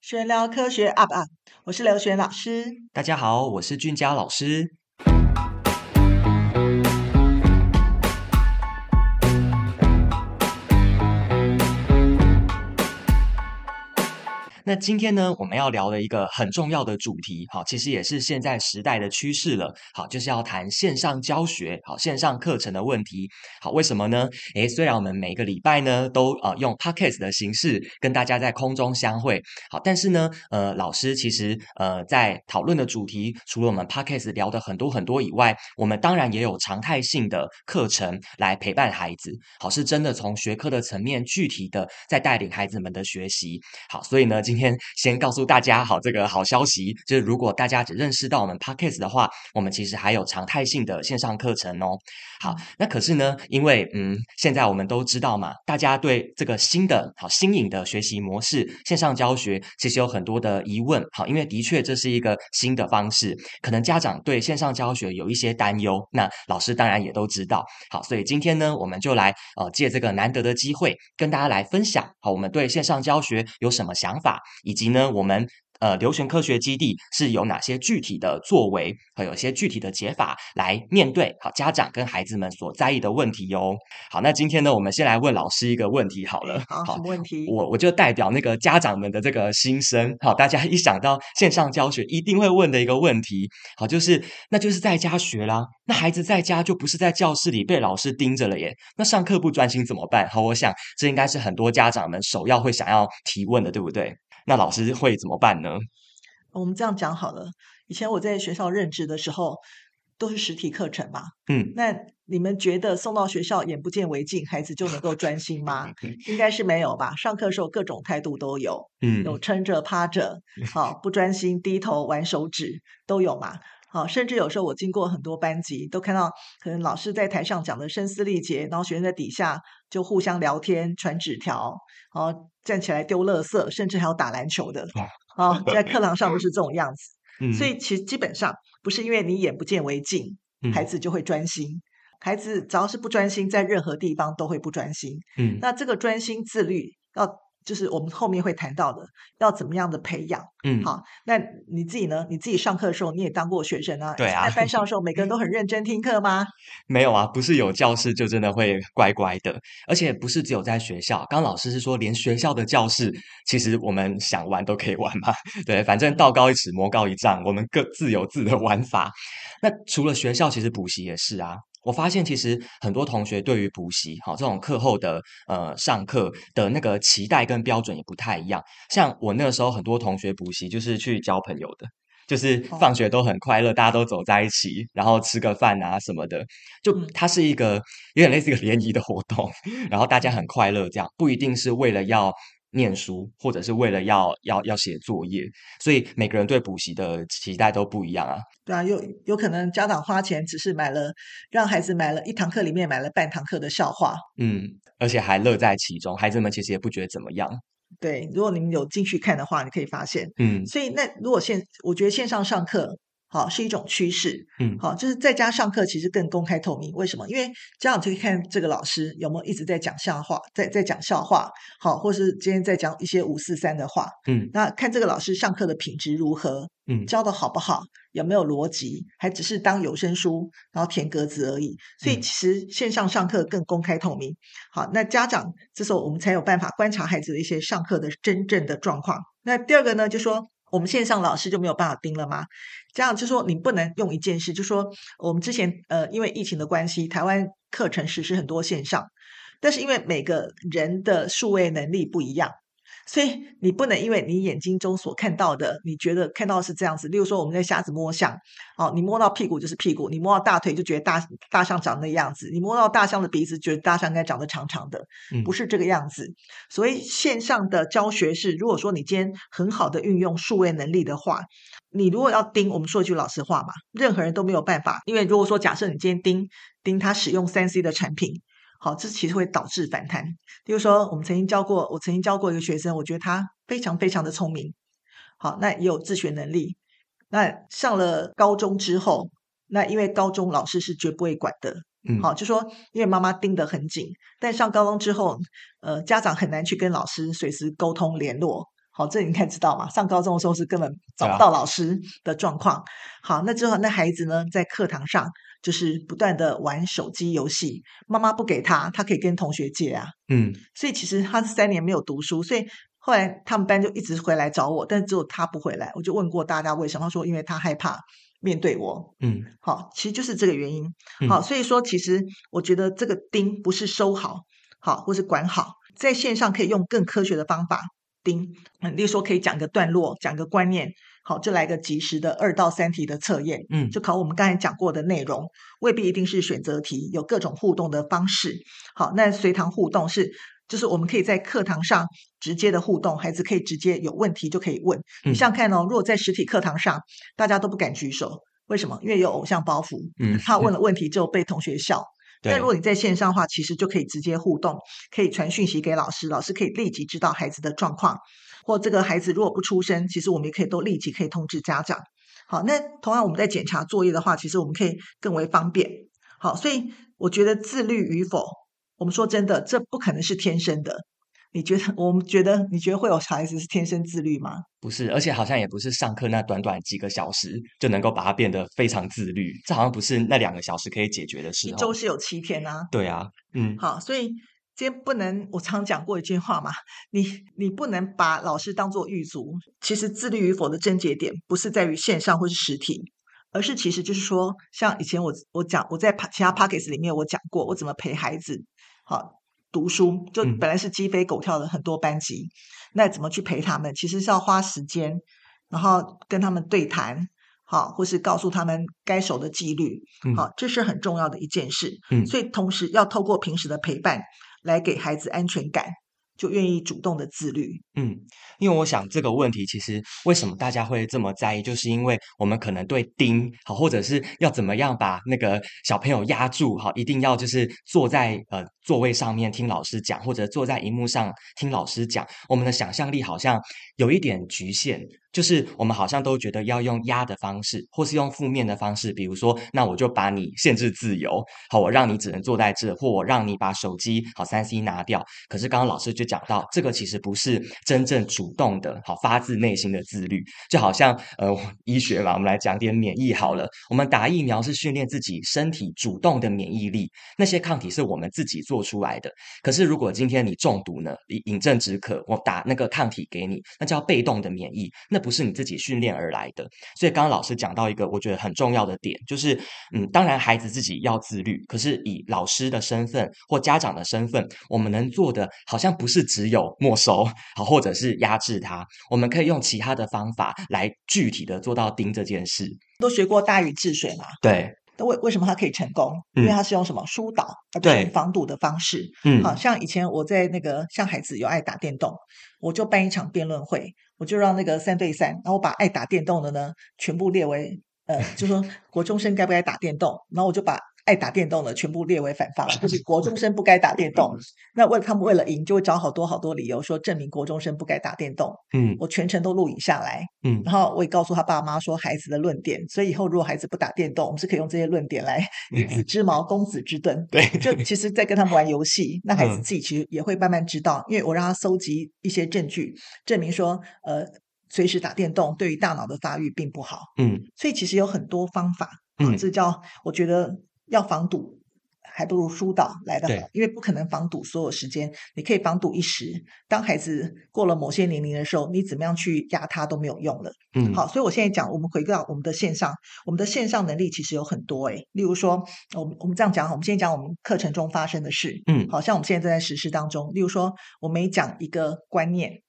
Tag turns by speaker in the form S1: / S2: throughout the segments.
S1: 闲聊科学 UP UP，我是刘璇老师。
S2: 大家好，我是俊佳老师。那今天呢，我们要聊的一个很重要的主题，好，其实也是现在时代的趋势了，好，就是要谈线上教学，好，线上课程的问题，好，为什么呢？诶，虽然我们每个礼拜呢都呃用 podcast 的形式跟大家在空中相会，好，但是呢，呃，老师其实呃在讨论的主题，除了我们 podcast 聊的很多很多以外，我们当然也有常态性的课程来陪伴孩子，好，是真的从学科的层面具体的在带领孩子们的学习，好，所以呢，今今天先告诉大家好这个好消息，就是如果大家只认识到我们 podcast 的话，我们其实还有常态性的线上课程哦。好，那可是呢，因为嗯，现在我们都知道嘛，大家对这个新的好新颖的学习模式线上教学，其实有很多的疑问。好，因为的确这是一个新的方式，可能家长对线上教学有一些担忧，那老师当然也都知道。好，所以今天呢，我们就来呃借这个难得的机会，跟大家来分享好我们对线上教学有什么想法。以及呢，我们呃留学科学基地是有哪些具体的作为和有些具体的解法来面对好家长跟孩子们所在意的问题哟、哦。好，那今天呢，我们先来问老师一个问呃题好了。
S1: 好，什么问题？
S2: 我我就代表那个家长们的这个心声，好，大家一想到线上教学一定会问的一个问题，好，就是那就是在家学啦。那孩子在家就不是在教室里被老师盯着了耶，那上课不专心怎么办？好，我想这应该是很多家长们首要会想要提问的，对不对？那老师会怎么办呢？
S1: 哦我们这样讲好了。以前我在学校任职的时候，都是实体课程嘛。
S2: 嗯，
S1: 那你们觉得送到学校眼不见为净，孩子就能够专心
S2: 嗯
S1: 吗？应该是没有吧。上课的时候各种态度都有，
S2: 嗯，
S1: 有撑着、趴着，好、不专心、低头玩手指都有嘛。好、甚至有时候我经过很多班级，都看到可能老师在台上讲的声嘶力竭，然后学生在底下就互相聊天、传纸条，然后站起来丢垃圾，甚至还有打篮球的。啊、在课堂上都是这种样子。
S2: 哦嗯
S1: 所以其实基本上不是因为你眼不见为净，
S2: 嗯
S1: 孩子就会专心。孩子只要是不专心，在任何地方都会不专心。
S2: 嗯
S1: 那这个专心自律，要就是我们后面会谈到的，要怎么样的培养？
S2: 嗯
S1: 好，那你自己呢？你自己上课的时候，你也当过学生啊？
S2: 对啊
S1: 在班上的时候，每个 人都很认真听课吗？
S2: 没有啊，不是有教室就真的会乖乖的，而且不是只有在学校。刚老师是说，连学校的教室，其实我们想玩都可以玩嘛。 对，反正道高一尺，魔高一丈，我们各自有自的玩法。那除了学校，其实补习也是啊。我发现其实很多同学对于补习，好这种课后的呃上课的那个期待跟标准也不太一样。像我那个时候，很多同学补习就是去交朋友的。就是
S1: 哦
S2: 放学都很快乐，大家都走在一起，然后吃个饭啊什么的，就
S1: 嗯
S2: 它是一个有点类似一个联谊的活动，然后大家很快乐，这样不一定是为了要念书，或者是为了要要要写作业，所以每个人对补习的期待都不一样啊。
S1: 对啊，有有可能家长花钱只是买了，让孩子买了一堂课里面买了半堂课的笑话。
S2: 嗯，而且还乐在其中，孩子们其实也不觉得怎么样。
S1: 对，如果你们有进去看的话，你可以发现，
S2: 嗯
S1: 所以那如果线，我觉得线上上课好是一种趋势，
S2: 嗯
S1: 好就是在家上课其实更公开透明。为什么？因为家长就可以看这个老师有没有一直在讲笑话，在在讲笑话，好，或是今天在讲一些五四三的话。
S2: 嗯
S1: 那看这个老师上课的品质如何，
S2: 嗯
S1: 教的好不好，有没有逻辑，还只是当有声书，然后填格子而已。所以
S2: 嗯
S1: 其实线上上课更公开透明。好，那家长这时候我们才有办法观察孩子的一些上课的真正的状况。那第二个呢，就说。我们线上老师就没有办法盯了吗？这样就说你不能用一件事，就说我们之前呃，因为疫情的关系，台湾课程实施很多线上，但是因为每个人的数位能力不一样，所以你不能因为你眼睛中所看到的，你觉得看到是这样子。例如说我们在瞎子摸象，哦，你摸到屁股就是屁股，你摸到大腿就觉得大大象长那样子，你摸到大象的鼻子觉得大象应该长得长长的，
S2: 嗯
S1: 不是这个样子。所以线上的教学是，如果说你今天很好的运用数位能力的话，你如果要盯，我们说一句老实话嘛，任何人都没有办法，因为如果说假设你今天盯盯他使用三 C 的产品。好，这其实会导致反弹。例如说，我们曾经教过，我曾经教过一个学生，我觉得他非常非常的聪明，好，那也有自学能力。那上了高中之后，那因为高中老师是绝不会管的，
S2: 嗯，
S1: 好，就说因为妈妈盯得很紧，但上高中之后，呃，家长很难去跟老师随时沟通联络。好，这你应该知道嘛。上高中的时候是根本找
S2: 对
S1: 不
S2: 啊
S1: 到老师的状况。好，那之后那孩子呢，在课堂上就是不断的玩手机游戏，妈妈不给他，他可以跟同学借啊。
S2: 嗯，
S1: 所以其实他是三年没有读书，所以后来他们班就一直回来找我，但只有他不回来。我就问过大家为什么，他说因为他害怕面对我。
S2: 嗯，
S1: 好，其实就是这个原因。好，
S2: 嗯
S1: 所以说其实我觉得这个盯不是收好，好或是管好，在线上可以用更科学的方法盯，嗯，例如说可以讲个段落，讲个观念，好，就来个及时的二到三题的测验，
S2: 嗯，
S1: 就考我们刚才讲过的内容，未必一定是选择题，有各种互动的方式。好，那随堂互动是。就是我们可以在课堂上直接的互动，孩子可以直接有问题就可以问。你
S2: 嗯
S1: 想想看哦，如果在实体课堂上，大家都不敢举手，为什么？因为有偶像包袱，
S2: 嗯
S1: 他问了问题就被同学笑。但
S2: 对
S1: 如果你在线上的话，其实就可以直接互动，可以传讯息给老师，老师可以立即知道孩子的状况，或这个孩子如果不出声，其实我们也可以都立即可以通知家长。好，那同样我们在检查作业的话，其实我们可以更为方便。好，所以我觉得自律与否，我们说真的，这不可能是天生的。你觉得？我们觉得？你觉得会有小孩子是天生自律吗？
S2: 不是，而且好像也不是上课那短短几个小时就能够把它变得非常自律，这好像不是那两个小时可以解决的事
S1: 一
S2: 哦
S1: 周。是有七天啊，
S2: 对啊，嗯，
S1: 好，所以今天不能，我常讲过一句话嘛，你你不能把老师当做狱卒。其实自律与否的症结点，不是在于线上或是实体，而是其实就是说，像以前我我讲我在 pa- 其他 pockets 里面我讲过，我怎么陪孩子好读书，就
S2: 嗯
S1: 本来是鸡飞狗跳的很多班级，那怎么去陪他们，其实是要花时间，然后跟他们对谈。好，或是告诉他们该守的纪律，
S2: 嗯
S1: 好，这是很重要的一件事。
S2: 嗯
S1: 所以同时要透过平时的陪伴来给孩子安全感，就愿意主动的自律。
S2: 嗯，因为我想这个问题，其实为什么大家会这么在意，就是因为我们可能对盯好，或者是要怎么样把那个小朋友压住好，一定要就是坐在呃座位上面听老师讲，或者坐在荧幕上听老师讲，我们的想象力好像有一点局限。就是我们好像都觉得要用压的方式，或是用负面的方式，比如说，那我就把你限制自由，好，我让你只能坐在这，或我让你把手机好三 C 拿掉，可是刚刚老师就讲到，这个其实不是真正主动的，好发自内心的自律，就好像呃医学嘛，我们来讲点免疫好了。我们打疫苗是训练自己身体主动的免疫力，那些抗体是我们自己做出来的。可是如果今天你中毒呢，你饮鸩止渴，我打那个抗体给你，那叫被动的免疫，那不是你自己训练而来的。所以刚刚老师讲到一个我觉得很重要的点，就是嗯，当然孩子自己要自律，可是以老师的身份或家长的身份，我们能做的好像不是只有没收，好或者是压制他，我们可以用其他的方法来具体的做到盯这件事。
S1: 都学过大禹治水嘛？
S2: 对，
S1: 那为为什么他可以成功？因为
S2: 嗯
S1: 他是用什么疏导，而不是用
S2: 对
S1: 防堵的方式。
S2: 嗯
S1: 好像以前我在那个像孩子有爱打电动，我就办一场辩论会，我就让那个三对三，然后我把爱打电动的呢全部列为呃，就说国中生该不该打电动，然后我就把。爱打电动的全部列为反方，就是国中生不该打电动。那为他们为了赢，就会找好多好多理由说证明国中生不该打电动。
S2: 嗯
S1: 我全程都录影下来，
S2: 嗯
S1: 然后我也告诉他爸妈说孩子的论点，所以以后如果孩子不打电动，我们是可以用这些论点来以子之矛攻子之盾。
S2: 对
S1: 就其实，在跟他们玩游戏，那孩子
S2: 嗯
S1: 自己其实也会慢慢知道，因为我让他搜集一些证据，证明说，呃，随时打电动对于大脑的发育并不好。
S2: 嗯
S1: 所以其实有很多方法，啊
S2: 嗯
S1: 这叫我觉得要防堵，还不如疏导来的
S2: 对
S1: 好，因为不可能防堵所有时间，你可以防堵一时。当孩子过了某些年龄的时候，你怎么样去压他都没有用了。
S2: 嗯，
S1: 好，所以我现在讲，我们回到我们的线上，我们的线上能力其实有很多诶、例如说，我们我们这样讲，我们现在讲我们课程中发生的事，
S2: 嗯
S1: 好像我们现在正在实施当中。例如说，我每讲一个观念，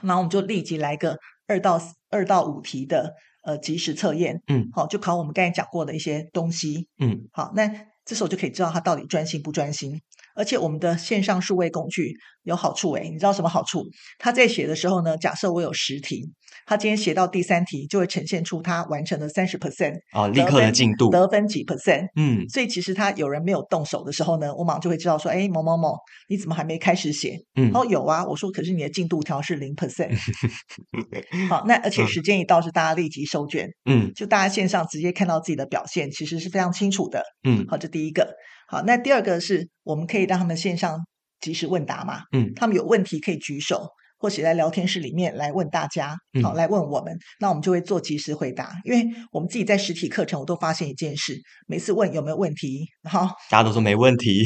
S1: 然后我们就立即来个二到二到五题的呃即时测验，
S2: 嗯
S1: 好，就考我们刚才讲过的一些东西。
S2: 嗯
S1: 好，那这时候就可以知道他到底专心不专心。而且我们的线上数位工具有好处诶，你知道什么好处？他在写的时候呢，假设我有十题，他今天写到第三题，就会呈现出他完成了三十 percent，
S2: 哦，立刻的进度，
S1: 得分几 percent。
S2: 嗯
S1: 所以其实他有人没有动手的时候呢，我马上就会知道说，哎，某某某，你怎么还没开始写？
S2: 嗯
S1: 然后有啊，我说可是你的进度条是零 percent，好，那而且
S2: 嗯
S1: 时间一到是大家立即收卷，
S2: 嗯
S1: 就大家线上直接看到自己的表现，其实是非常清楚的。
S2: 嗯
S1: 好，这第一个。好，那第二个是我们可以让他们线上及时问答嘛，
S2: 嗯
S1: 他们有问题可以举手，或写在聊天室里面来问大家，好、
S2: 嗯
S1: 来问我们，那我们就会做及时回答。因为我们自己在实体课程，我都发现一件事，每次问有没有问题，好，
S2: 大家都说没问题，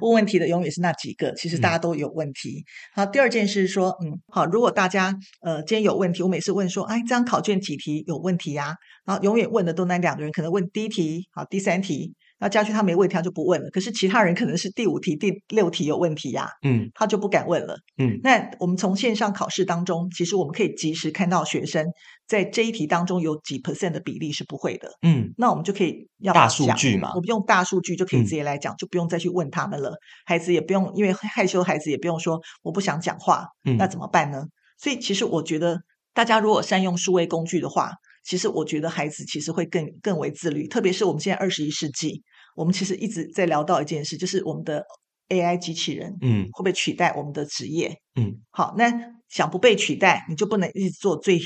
S1: 问问题的永远是那几个，其实大家都有问题。好，第二件事是说，嗯，好，如果大家呃今天有问题，我每次问说，哎，这张考卷几题有问题呀、然后永远问的都那两个人，可能问第一题，好，第三题，那家去他没问题，他就不问了。可是其他人可能是第五题、第六题有问题呀、
S2: 嗯
S1: 他就不敢问了。
S2: 嗯
S1: 那我们从线上考试当中，其实我们可以及时看到学生在这一题当中有几 percent 的比例是不会的。
S2: 嗯，
S1: 那我们就可以要
S2: 大
S1: 他
S2: 数
S1: 讲
S2: 据嘛
S1: 我们用大数据就可以
S2: 嗯
S1: 直接来讲，就不用再去问他们了。孩子也不用，因为害羞的孩子也不用说我不想讲话，
S2: 嗯
S1: 那怎么办呢？所以其实我觉得，大家如果善用数位工具的话，其实我觉得孩子其实会更更为自律。特别是我们现在二十一世纪，我们其实一直在聊到一件事，就是我们的 AI 机器人
S2: 嗯
S1: 会不会取代我们的职业？
S2: 嗯，
S1: 好，那想不被取代，你就不能一直做最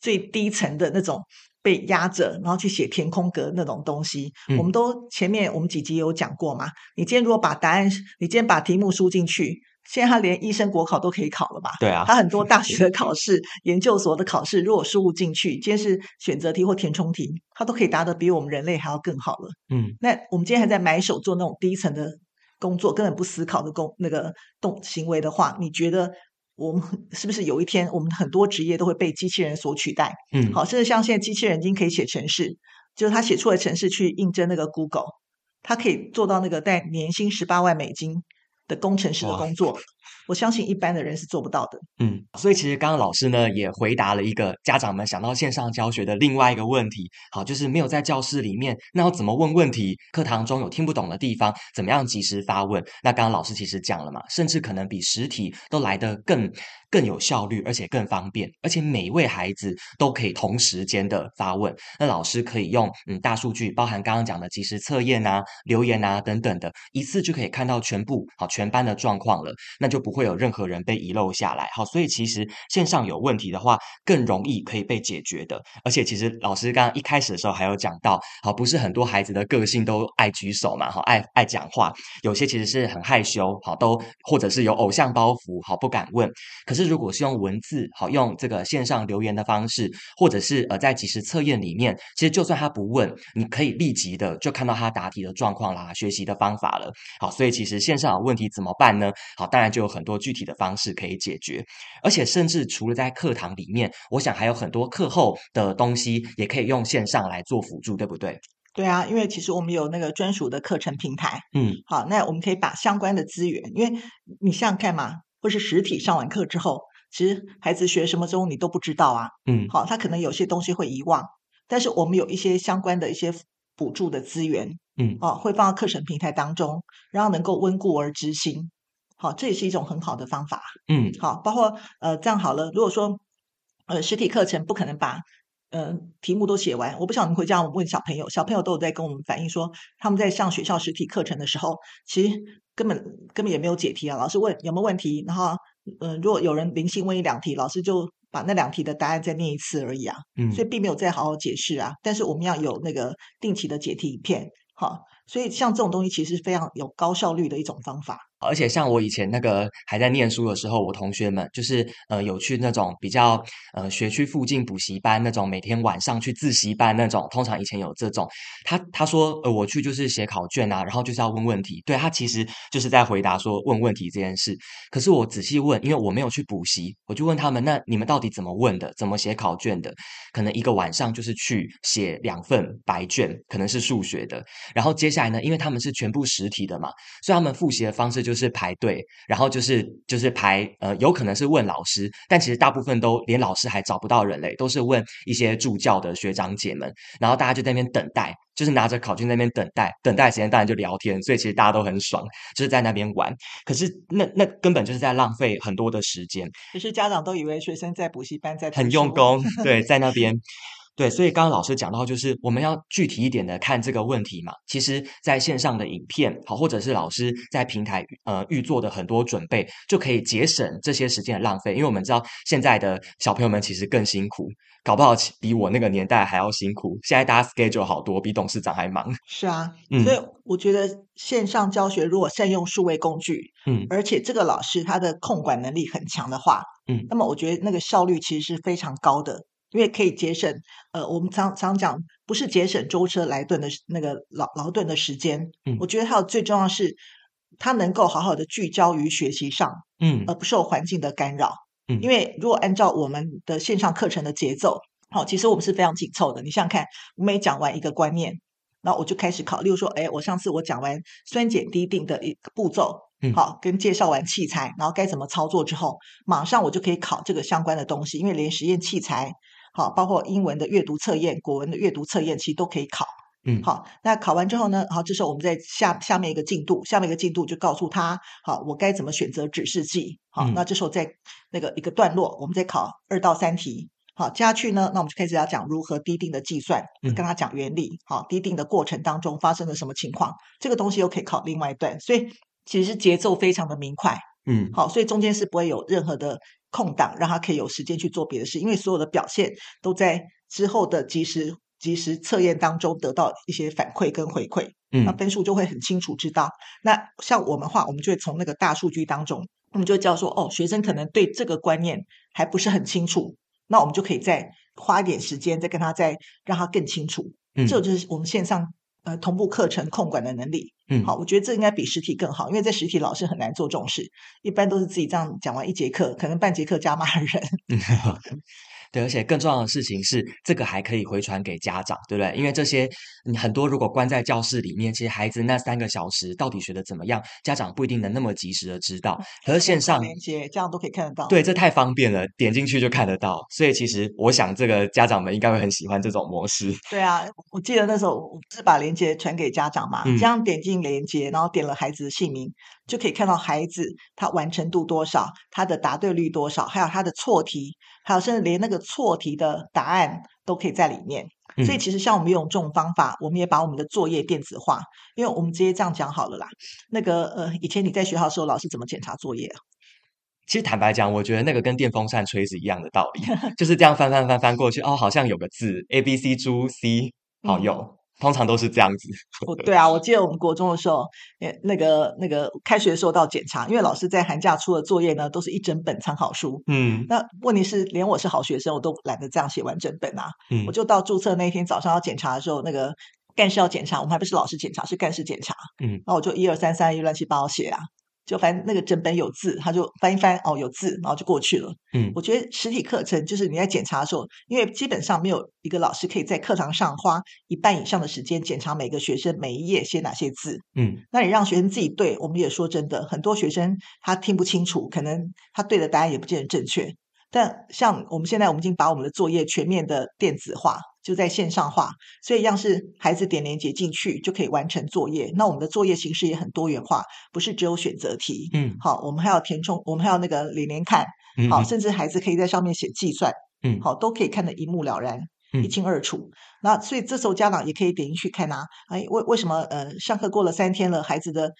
S1: 最低层的那种被压着，然后去写填空格那种东西。我
S2: 嗯
S1: 们都前面我们几集有讲过嘛，你今天如果把答案，你今天把题目输进去，现在他连医生国考都可以考了吧？
S2: 对啊，
S1: 他很多大学的考试、研究所的考试，如果输入进去，今天是选择题或填充题，他都可以答得比我们人类还要更好了。
S2: 嗯
S1: 那我们今天还在埋手做那种低层的工作，根本不思考的工那个动行为的话，你觉得我们是不是有一天我们很多职业都会被机器人所取代？
S2: 嗯，
S1: 好，甚至像现在机器人已经可以写程式，就是他写出来的程式去应征那个 Google，他可以做到那个带年薪十八万美金的工程师的
S2: 哇
S1: 工作，我相信一般的人是做不到的。
S2: 嗯，所以其实刚刚老师呢也回答了一个家长们想到线上教学的另外一个问题，好，就是没有在教室里面，那要怎么问问题？课堂中有听不懂的地方，怎么样及时发问？那刚刚老师其实讲了嘛，甚至可能比实体都来得更更有效率，而且更方便，而且每一位孩子都可以同时间的发问。那老师可以用嗯大数据，包含刚刚讲的即时测验啊、留言啊等等的，一次就可以看到全部好全班的状况了。那就不会有任何人被遗漏下来。好，所以其实线上有问题的话，更容易可以被解决的。而且其实老师刚刚一开始的时候还有讲到，好，不是很多孩子的个性都爱举手嘛，好，爱爱讲话，有些其实是很害羞，好，都或者是有偶像包袱，好，不敢问。可是如果是用文字，好，用这个线上留言的方式，或者是呃在即时测验里面，其实就算他不问，你可以立即的就看到他答题的状况啦，学习的方法了。好，所以其实线上有问题怎么办呢？好，当然就有很多具体的方式可以解决，而且甚至除了在课堂里面，我想还有很多课后的东西也可以用线上来做辅助，对不对？
S1: 对啊，因为其实我们有那个专属的课程平台，
S2: 嗯
S1: 好，那我们可以把相关的资源，因为你想想看嘛，或是实体上完课之后，其实孩子学什么中你都不知道啊，
S2: 嗯
S1: 好，他可能有些东西会遗忘，但是我们有一些相关的一些补助的资源，
S2: 嗯
S1: 哦，会放到课程平台当中，然后能够温故而知新，好，这也是一种很好的方法。
S2: 嗯
S1: 好，包括呃，这样好了，如果说呃实体课程不可能把呃题目都写完，我不晓得你回家问小朋友，小朋友都有在跟我们反映说，他们在上学校实体课程的时候，其实根本根本也没有解题啊，老师问有没有问题，然后呃如果有人零星问一两题，老师就把那两题的答案再念一次而已啊，
S2: 嗯
S1: 所以并没有再好好解释啊。但是我们要有那个定期的解题影片，好，所以像这种东西其实是非常有高效率的一种方法。
S2: 而且像我以前那个还在念书的时候，我同学们就是呃有去那种比较呃学区附近补习班那种，每天晚上去自习班那种，通常以前有这种。他他说呃我去就是写考卷啊，然后就是要问问题。对他其实就是在回答说问问题这件事。可是我仔细问，因为我没有去补习，我就问他们，那你们到底怎么问的？怎么写考卷的？可能一个晚上就是去写两份白卷，可能是数学的。然后接下来呢，因为他们是全部实体的嘛，所以他们复习的方式就是排队，然后就是就是排呃，有可能是问老师，但其实大部分都连老师还找不到人类，都是问一些助教的学长姐们，然后大家就在那边等待，就是拿着考卷在那边等待，等待时间当然就聊天，所以其实大家都很爽，就是在那边玩。可是那那根本就是在浪费很多的时间，
S1: 可是家长都以为学生在补习班在读
S2: 很用
S1: 书
S2: 功，对，在那边。对，所以刚刚老师讲到，就是我们要具体一点的看这个问题嘛。其实，在线上的影片，好，或者是老师在平台呃预做的很多准备，就可以节省这些时间的浪费。因为我们知道现在的小朋友们其实更辛苦，搞不好其比我那个年代还要辛苦。现在大家 schedule 好多，比董事长还忙。
S1: 是啊，
S2: 嗯
S1: 所以我觉得线上教学如果善用数位工具，
S2: 嗯
S1: 而且这个老师他的控管能力很强的话，
S2: 嗯
S1: 那么我觉得那个效率其实是非常高的，因为可以节省呃，我们常常讲不是节省舟车来顿的时那个劳劳顿的时间，
S2: 嗯
S1: 我觉得还有最重要的是，他能够好好的聚焦于学习上，
S2: 嗯
S1: 而不受环境的干扰。
S2: 嗯
S1: 因为如果按照我们的线上课程的节奏，好、其实我们是非常紧凑的。你想想看，我每讲完一个观念，然后我就开始考虑说，哎，我上次我讲完酸碱滴定的一个步骤
S2: 嗯。
S1: 好，跟介绍完器材，然后该怎么操作之后，马上我就可以考这个相关的东西，因为连实验器材，好，包括英文的阅读测验、国文的阅读测验，其实都可以考。
S2: 嗯
S1: 好，那考完之后呢？好，这时候我们在下下面一个进度，下面一个进度就告诉他，好，我该怎么选择指示剂。好，
S2: 嗯
S1: 那这时候在那个一个段落，我们再考二到三题。好，接下去呢，那我们就开始要讲如何滴定的计算，
S2: 嗯
S1: 跟他讲原理。好，滴定的过程当中发生了什么情况，这个东西又可以考另外一段，所以其实节奏非常的明快。
S2: 嗯
S1: 好，所以中间是不会有任何的空档，让他可以有时间去做别的事，因为所有的表现都在之后的及时及时测验当中得到一些反馈跟回馈，那
S2: 嗯
S1: 分数就会很清楚知道。那像我们话，我们就会从那个大数据当中，我们就会知道说，哦，学生可能对这个观念还不是很清楚，那我们就可以再花一点时间，再跟他再让他更清楚。
S2: 嗯，
S1: 这就是我们线上呃同步课程控管的能力。
S2: 嗯
S1: 好，我觉得这应该比实体更好，因为在实体老师很难做这种事，一般都是自己这样讲完一节课，可能半节课加骂人。
S2: 对，而且更重要的事情是，这个还可以回传给家长，对不对？因为这些你很多如果关在教室里面，其实孩子那三个小时到底学的怎么样，家长不一定能那么及时的知道。
S1: 嗯
S2: 可是线上
S1: 连接这样都可以看得到。，
S2: 对，这太方便了，点进去就看得到。所以其实我想，这个家长们应该会很喜欢这种模式。
S1: 对啊，我记得那时候我是把链接传给家长嘛，
S2: 嗯
S1: 这样点进链接，然后点了孩子的姓名，就可以看到孩子他完成度多少，他的答对率多少，还有他的错题，还有甚至连那个错题的答案都可以在里面。所以
S2: 嗯
S1: 其实像我们用这种方法，我们也把我们的作业电子化，因为我们直接这样讲好了啦。那个呃，以前你在学校的时候，老师怎么检查作业啊？
S2: 其实坦白讲，我觉得那个跟电风扇吹是一样的道 理，就是这样翻翻翻翻过去，哦，好像有个字 A B C 猪 C，好
S1: 嗯
S2: 有，通常都是这样子。
S1: 我对啊，我记得我们国中的时候，也那个那个开学的时候到检查，因为老师在寒假出的作业呢，都是一整本参考书。
S2: 嗯
S1: 那问题是，连我是好学生，我都懒得这样写完整本啊。
S2: 嗯
S1: 我就到注册那一天早上要检查的时候，那个干事要检查，我们还不是老师检查，是干事检查。
S2: 嗯
S1: 然后我就一二三三一乱七八糟写啊，就反正那个整本有字，他就翻一翻，哦有字，然后就过去了。
S2: 嗯
S1: 我觉得实体课程就是你在检查的时候，因为基本上没有一个老师可以在课堂上花一半以上的时间检查每个学生每一页写哪些字。
S2: 嗯
S1: 那你让学生自己对，我们也说真的，很多学生他听不清楚，可能他对的答案也不见得正确。但像我们现在，我们已经把我们的作业全面的电子化，就在线上化，所以样是孩子点连接进去就可以完成作业。那我们的作业形式也很多元化，不是只有选择题。
S2: 嗯
S1: 好，我们还要填充，我们还要那个连连看，
S2: 嗯，
S1: 好，
S2: 嗯
S1: 甚至孩子可以在上面写计算，
S2: 嗯
S1: 好，都可以看得一目了然。
S2: 嗯
S1: 一清二楚，那所以这时候家长也可以点进去看啊，哎，为为什么呃上课过了三天了，孩子的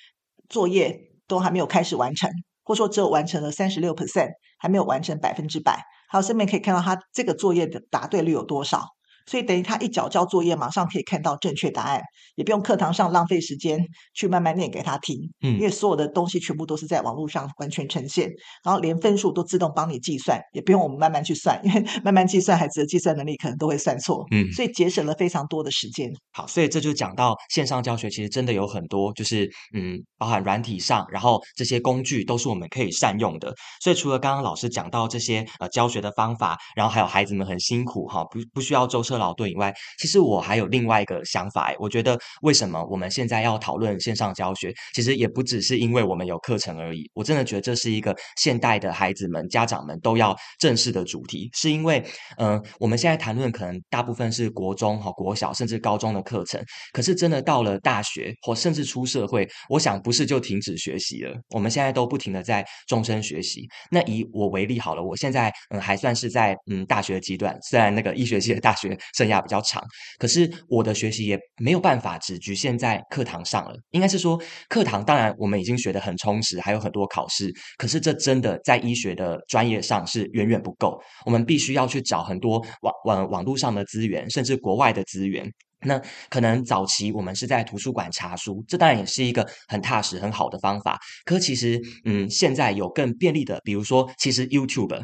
S1: 作业都还没有开始完成，或者说只有完成了三十六 percent，还没有完成百分之百，还有上面可以看到他这个作业的答对率有多少，所以等于他一缴交作业，马上可以看到正确答案，也不用课堂上浪费时间去慢慢念给他听，
S2: 嗯
S1: 因为所有的东西全部都是在网络上完全呈现，然后连分数都自动帮你计算，也不用我们慢慢去算，因为 慢慢计算孩子的计算能力可能都会算错，
S2: 嗯
S1: 所以节省了非常多的时间。
S2: 好，所以这就讲到线上教学，其实真的有很多，就是嗯，包含软体上，然后这些工具都是我们可以善用的。所以除了刚刚老师讲到这些呃教学的方法，然后还有孩子们很辛苦哈，不不需要舟车劳顿以外，其实我还有另外一个想法欸诶，我觉得为什么我们现在要讨论线上教学，其实也不只是因为我们有课程而已。我真的觉得这是一个现代的孩子们、家长们都要正视的主题，是因为嗯、呃我们现在谈论可能大部分是国中、哈国小甚至高中的课程，可是真的到了大学或甚至出社会，我想不是就停止学习了。我们现在都不停的在终身学习。那以我为例好了，我现在嗯还算是在嗯大学阶段，虽然那个医学系的大学生涯比较长。可是我的学习也没有办法只局限在课堂上了，应该是说课堂当然我们已经学得很充实，还有很多考试，可是这真的在医学的专业上是远远不够，我们必须要去找很多网网网络上的资源，甚至国外的资源。那可能早期我们是在图书馆查书，这当然也是一个很踏实、很好的方法。可其实，嗯，现在有更便利的，比如说，其实 YouTube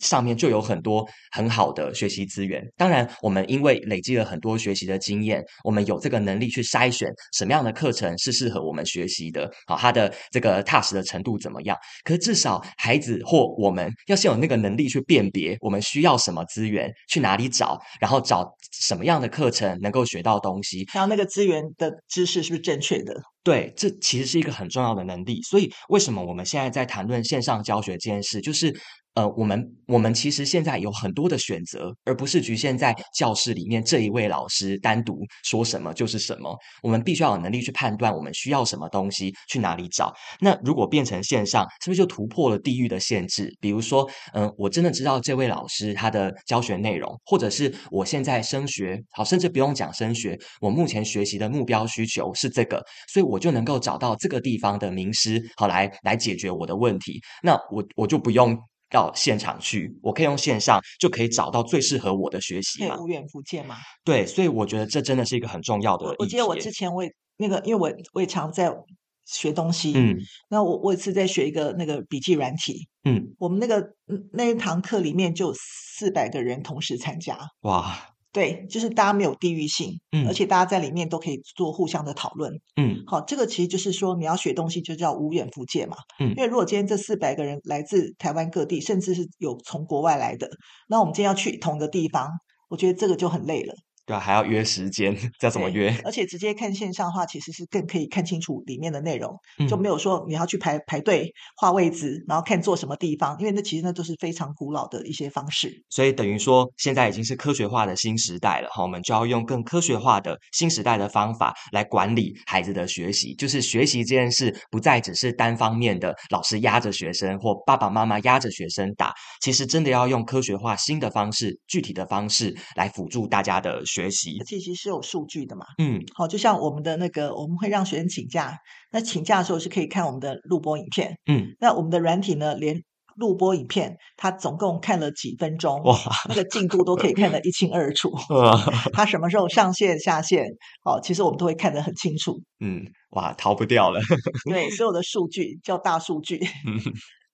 S2: 上面就有很多很好的学习资源。当然，我们因为累积了很多学习的经验，我们有这个能力去筛选什么样的课程是适合我们学习的，好，它的这个踏实的程度怎么样？可至少孩子或我们要先有那个能力去辨别我们需要什么资源，去哪里找，然后找什么样的课程能够学到东西，
S1: 然后那个资源的知识是不是正确的？
S2: 对，这其实是一个很重要的能力。所以，为什么我们现在在谈论线上教学这件事，就是呃，我们我们其实现在有很多的选择，而不是局限在教室里面这一位老师单独说什么就是什么。我们必须要有能力去判断我们需要什么东西，去哪里找。那如果变成线上，是不是就突破了地域的限制？比如说，嗯，我真的知道这位老师他的教学内容，或者是我现在升学，好，甚至不用讲升学，我目前学习的目标需求是这个，所以我就能够找到这个地方的名师，好来来解决我的问题。那我我就不用到现场去，我可以用线上就可以找到最适合我的学
S1: 可
S2: 习
S1: 以
S2: 嘛？
S1: 无远弗届嘛？
S2: 对，所以我觉得这真的是一个很重要的
S1: 我
S2: 议
S1: 记得我
S2: 题
S1: 之前我也那个，因为我我也常在学东西，，
S2: 嗯
S1: 那我我有一次在学一个那个笔记软体，
S2: 嗯，
S1: 我们那个嗯那一堂课里面就有四百个人同时参加，
S2: 哇，
S1: 对，就是大家没有地域性，
S2: 嗯
S1: 而且大家在里面都可以做互相的讨论。
S2: 嗯
S1: 好，这个其实就是说你要学东西就叫无远弗届嘛，
S2: 嗯
S1: 因为如果今天这四百个人来自台湾各地，甚至是有从国外来的，那我们今天要去同一个地方，我觉得这个就很累了。
S2: 对啊，还要约时间， 这要怎么
S1: 对
S2: 约？
S1: 而且直接看线上的话，其实是更可以看清楚里面的内容，就
S2: 嗯
S1: 没有说你要去排排队、画位置，然后看坐什么地方，因为那其实那都是非常古老的一些方式。
S2: 所以等于说，现在已经是科学化的新时代了哈，我们就要用更科学化的新时代的方法来管理孩子的学习，就是学习这件事不再只是单方面的老师压着学生或爸爸妈妈压着学生打，其实真的要用科学化新的方式、具体的方式来辅助大家的学习
S1: 而。且其实是有数据的嘛。
S2: 嗯，
S1: 好，就像我们的那个，我们会让学生请假，那请假的时候是可以看我们的录播影片。
S2: 嗯，
S1: 那我们的软体呢，连录播影片，它总共看了几分钟，
S2: 哇，
S1: 那个进度都可以看得一清二楚。
S2: 呃，
S1: 它什么时候上线下线，哦，其实我们都会看得很清楚。
S2: 嗯，哇，逃不掉了。
S1: 对，所有的数据叫大数据。
S2: 嗯，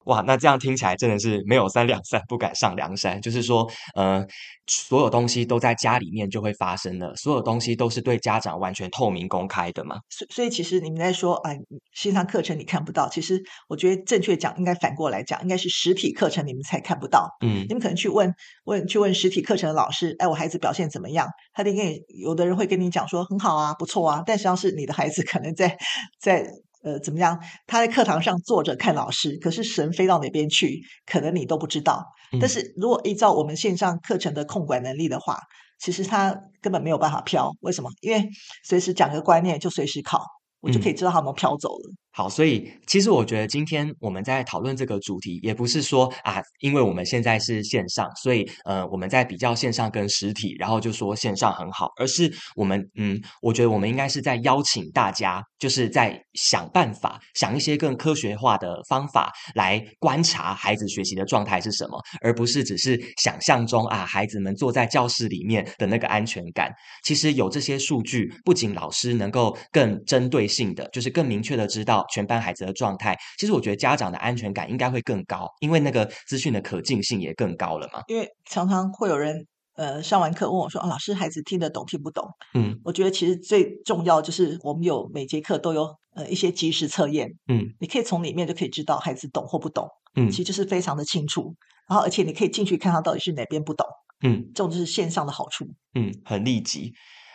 S2: 哇，那这样听起来真的是没有三两三不敢上梁山，就是说，呃，所有东西都在家里面就会发生了，所有东西都是对家长完全透明公开的嘛。
S1: 所所以其实你们在说啊，线上课程你看不到，其实我觉得正确讲应该反过来讲，应该是实体课程你们才看不到。
S2: 嗯
S1: 你们可能去问问去问实体课程的老师，哎，我孩子表现怎么样？他得跟你有的人会跟你讲说很好啊，不错啊，但实际上是你的孩子可能在在呃怎么样？他在课堂上坐着看老师，可是神飞到哪边去，可能你都不知道。
S2: 嗯
S1: 但是如果依照我们线上课程的控管能力的话，其实他根本没有办法飘。为什么？因为随时讲个观念就随时考，我就可以知道他有没有飘走了。
S2: 好，所以其实我觉得今天我们在讨论这个主题，也不是说啊，因为我们现在是线上，所以呃，我们在比较线上跟实体，然后就说线上很好，而是我们嗯，我觉得我们应该是在邀请大家，就是在想办法，想一些更科学化的方法来观察孩子学习的状态是什么，而不是只是想象中啊，孩子们坐在教室里面的那个安全感。其实有这些数据，不仅老师能够更针对性的，就是更明确的知道全班孩子的状态。其实我觉得家长的安全感应该会更高，因为那个资讯的可进性也更高了嘛。
S1: 因为常常会有人呃上完课问我说：“啊，老师，孩子听得懂听不懂？”
S2: 嗯
S1: 我觉得其实最重要就是我们有每节课都有呃一些即时测验，
S2: 嗯
S1: 你可以从里面就可以知道孩子懂或不懂，
S2: 嗯
S1: 其实就是非常的清楚。然后而且你可以进去看他到底是哪边不懂，
S2: 嗯，
S1: 这种就是线上的好处。
S2: 嗯，很立即。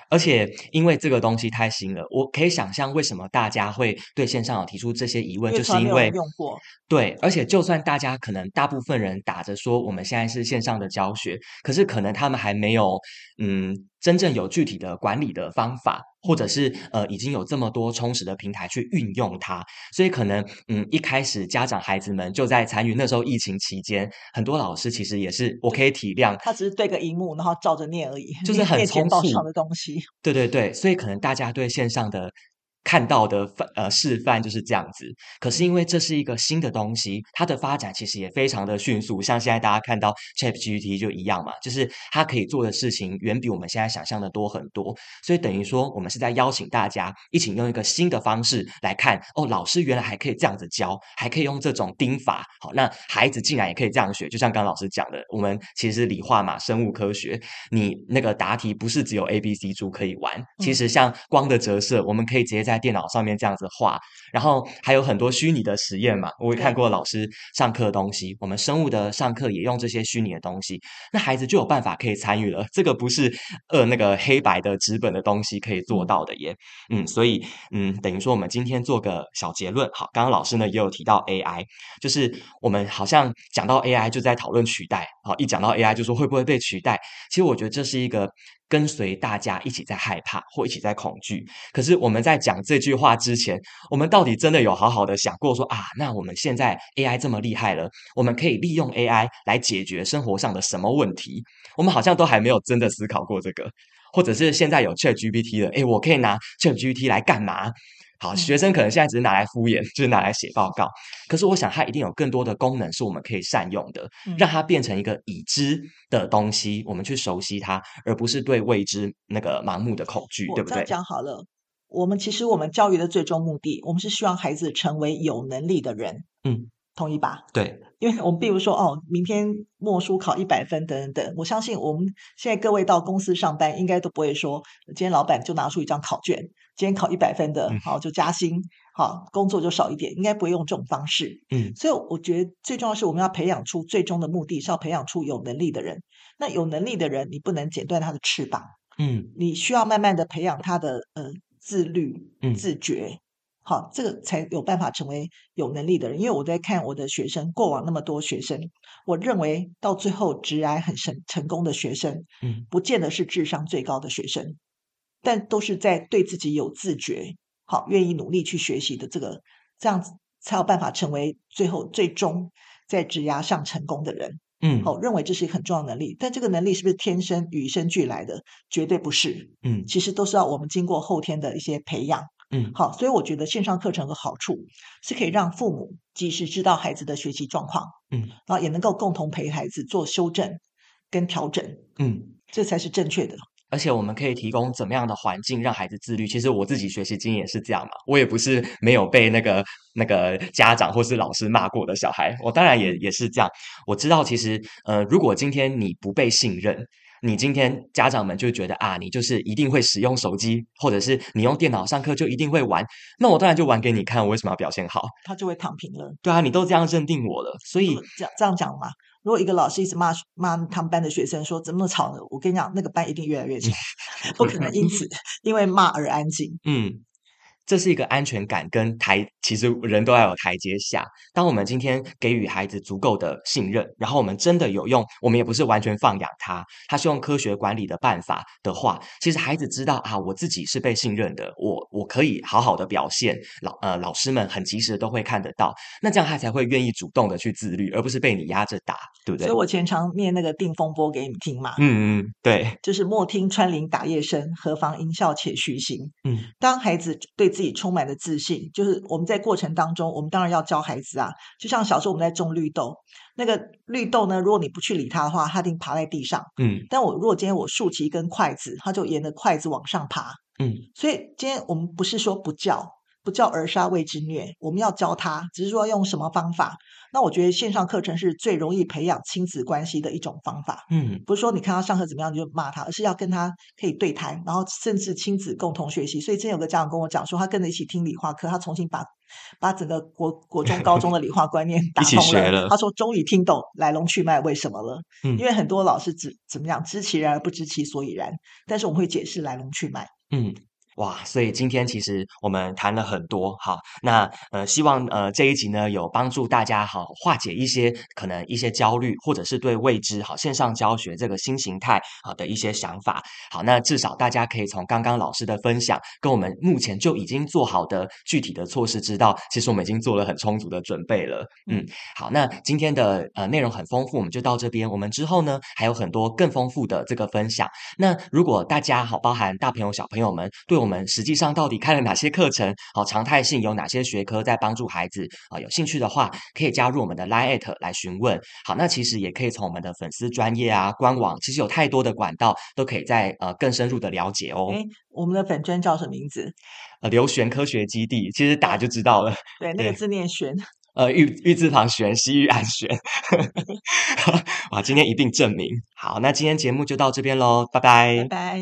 S2: 而且因为这个东西太新了，我可以想象为什么大家会对线上有提出这些疑问，
S1: 因为
S2: 就
S1: 从
S2: 是
S1: 来没
S2: 因
S1: 有人
S2: 为
S1: 用过
S2: 对，而且就算大家可能大部分人打着说我们现在是线上的教学，可是可能他们还没有嗯真正有具体的管理的方法，或者是呃已经有这么多充实的平台去运用它，所以可能嗯一开始家长孩子们就在参与那时候疫情期间，很多老师其实也是我可以体谅，
S1: 他只是对个荧幕，然后照着念而已，
S2: 就是
S1: 念
S2: 很
S1: 念简
S2: 匆
S1: 报
S2: 促
S1: 上的东西。
S2: 对对对，所以可能大家对线上的看到的范呃示范就是这样子。可是因为这是一个新的东西，它的发展其实也非常的迅速，像现在大家看到 ChatGPT 就一样嘛，就是它可以做的事情远比我们现在想象的多很多。所以等于说，我们是在邀请大家一起用一个新的方式来看哦，老师原来还可以这样子教，还可以用这种钉法。好，那孩子竟然也可以这样学，就像刚刚老师讲的，我们其实理化嘛，生物科学，你那个答题不是只有 A、B、C 猪可以玩，其
S1: 嗯
S2: 实像光的折射，我们可以直接在电脑上面这样子画，然后还有很多虚拟的实验嘛，我也看
S1: 对
S2: 过老师上课的东西，我们生物的上课也用这些虚拟的东西，那孩子就有办法可以参与了。这个不是呃那个黑白的纸本的东西可以做
S1: 嗯
S2: 到的耶。嗯，所以嗯，等于说我们今天做个小结论。好，刚刚老师呢也有提到 AI，就是我们好像讲到 AI 就在讨论取代，好，一讲到 AI 就说会不会被取代。其实我觉得这是一个跟随大家一起在害怕或一起在恐惧。可是我们在讲这句话之前，我们到底真的有好好的想过说啊，那我们现在 AI 这么厉害了，我们可以利用 AI 来解决生活上的什么问题？我们好像都还没有真的思考过这个，或者是现在有 ChatGPT 了，诶，我可以拿 ChatGPT 来干嘛？好，
S1: 嗯
S2: 学生可能现在只是拿来敷衍，就是拿来写报告。可是我想，它一定有更多的功能是我们可以善用的，
S1: 嗯
S2: 让它变成一个已知的东西，我们去熟悉它，而不是对未知那个盲目的恐惧，
S1: 我
S2: 对不
S1: 这样
S2: 对？
S1: 讲好了，我们其实我们教育的最终目的，我们是希望孩子成为有能力的人，
S2: 嗯，
S1: 同意吧？
S2: 对，
S1: 因为我们比如说哦，明天默书考一百分等等等，我相信我们现在各位到公司上班，应该都不会说今天老板就拿出一张考卷，今天考一百分的
S2: 嗯，
S1: 好、就加薪，好工作就少一点，应该不会用这种方式。
S2: 嗯
S1: 所以我觉得最重要的是我们要培养出最终的目的是要培养出有能力的人。那有能力的人，你不能剪断他的翅膀。
S2: 嗯
S1: 你需要慢慢的培养他的呃自律、
S2: 嗯
S1: 自觉，好，这个才有办法成为有能力的人。因为我在看我的学生，过往那么多学生，我认为到最后直癌很成成功的学生，
S2: 嗯
S1: 不见得是智商最高的学生，但都是在对自己有自觉，好，愿意努力去学习的这个，这样子才有办法成为最后最终在职涯上成功的人。
S2: 嗯
S1: 好，认为这是一个很重要的能力，但这个能力是不是天生与生俱来的？绝对不是，
S2: 嗯
S1: 其实都是要我们经过后天的一些培养。
S2: 嗯
S1: 好，所以我觉得线上课程的好处是可以让父母及时知道孩子的学习状况，
S2: 嗯
S1: 然后也能够共同陪孩子做修正跟调整，
S2: 嗯，
S1: 这才是正确的。
S2: 而且我们可以提供怎么样的环境让孩子自律？其实我自己学习经验也是这样嘛，我也不是没有被那个那个家长或是老师骂过的小孩，我当然也也是这样。我知道其实呃，如果今天你不被信任。你今天家长们就觉得啊，你就是一定会使用手机，或者是你用电脑上课就一定会玩，那我当然就玩给你看，我为什么要表现好？
S1: 他就会躺平了。
S2: 对啊，你都这样认定我了，所以
S1: 如果这样这样讲嘛，如果一个老师一直骂骂他们班的学生说怎么那么吵呢？我跟你讲，那个班一定越来越吵，不可能因 此因为骂而安静。
S2: 嗯，这是一个安全感跟台，其实人都要有台阶下。当我们今天给予孩子足够的信任，然后我们真的有用，我们也不是完全放养他，他是用科学管理的办法的话，其实孩子知道啊，我自己是被信任的，我我可以好好的表现，老呃老师们很及时地都会看得到，那这样他才会愿意主动的去自律，而不是被你压着打，对不
S1: 所
S2: 对
S1: 以？我前常念那个定风波给你们听嘛，
S2: 嗯嗯，对，
S1: 就是莫听穿林打叶声，何妨吟啸且虚心。
S2: 嗯
S1: 当孩子对自己充满了自信，就是我们在过程当中，我们当然要教孩子啊，就像小时候我们在种绿豆，那个绿豆呢，如果你不去理它的话，它一定爬在地上。
S2: 嗯
S1: 但我如果今天我竖起一根筷子，它就沿着筷子往上爬。
S2: 嗯
S1: 所以今天我们不是说不教，不教而杀谓之虐，我们要教他，只是说用什么方法。那我觉得线上课程是最容易培养亲子关系的一种方法。
S2: 嗯
S1: 不是说你看他上课怎么样你就骂他，而是要跟他可以对谈，然后甚至亲子共同学习。所以之前有个家长跟我讲说，他跟着一起听理化课，他重新把把整个国国中、高中的理化观 念打
S2: 起
S1: 通
S2: 学了
S1: 他说终于听懂来龙去脉为什么了，
S2: 嗯
S1: 因为很多老师只怎么样知其然而不知其所以然，但是我们会解释来龙去脉。
S2: 嗯，哇，所以今天其实我们谈了很多，好，那呃，希望呃这一集呢有帮助大家好化解一些可能一些焦虑，或者是对未知好线上教学这个新形态好的一些想法。好，那至少大家可以从刚刚老师的分享，跟我们目前就已经做好的具体的措施，知道其实我们已经做了很充足的准备了。嗯，好，那今天的呃内容很丰富，我们就到这边。我们之后呢还有很多更丰富的这个分享。那如果大家好，包含大朋友小朋友们，对我们实际上到底开了哪些课程，好常态性有哪些学科在帮助孩子啊，有兴趣的话可以加入我们的 Line at 来询问。好，那其实也可以从我们的粉丝专业啊、官网，其实有太多的管道都可以在呃更深入的了解哦。
S1: 哎，我们的粉专叫什么名字？
S2: 呃，流璇科学基地，其实打就知道了。
S1: 对，那个
S2: 对
S1: 字念玄。
S2: 呃，玉玉字旁玄，西玉安 玄。哇，今天一并证明。好，那今天节目就到这边喽，拜拜
S1: 拜拜。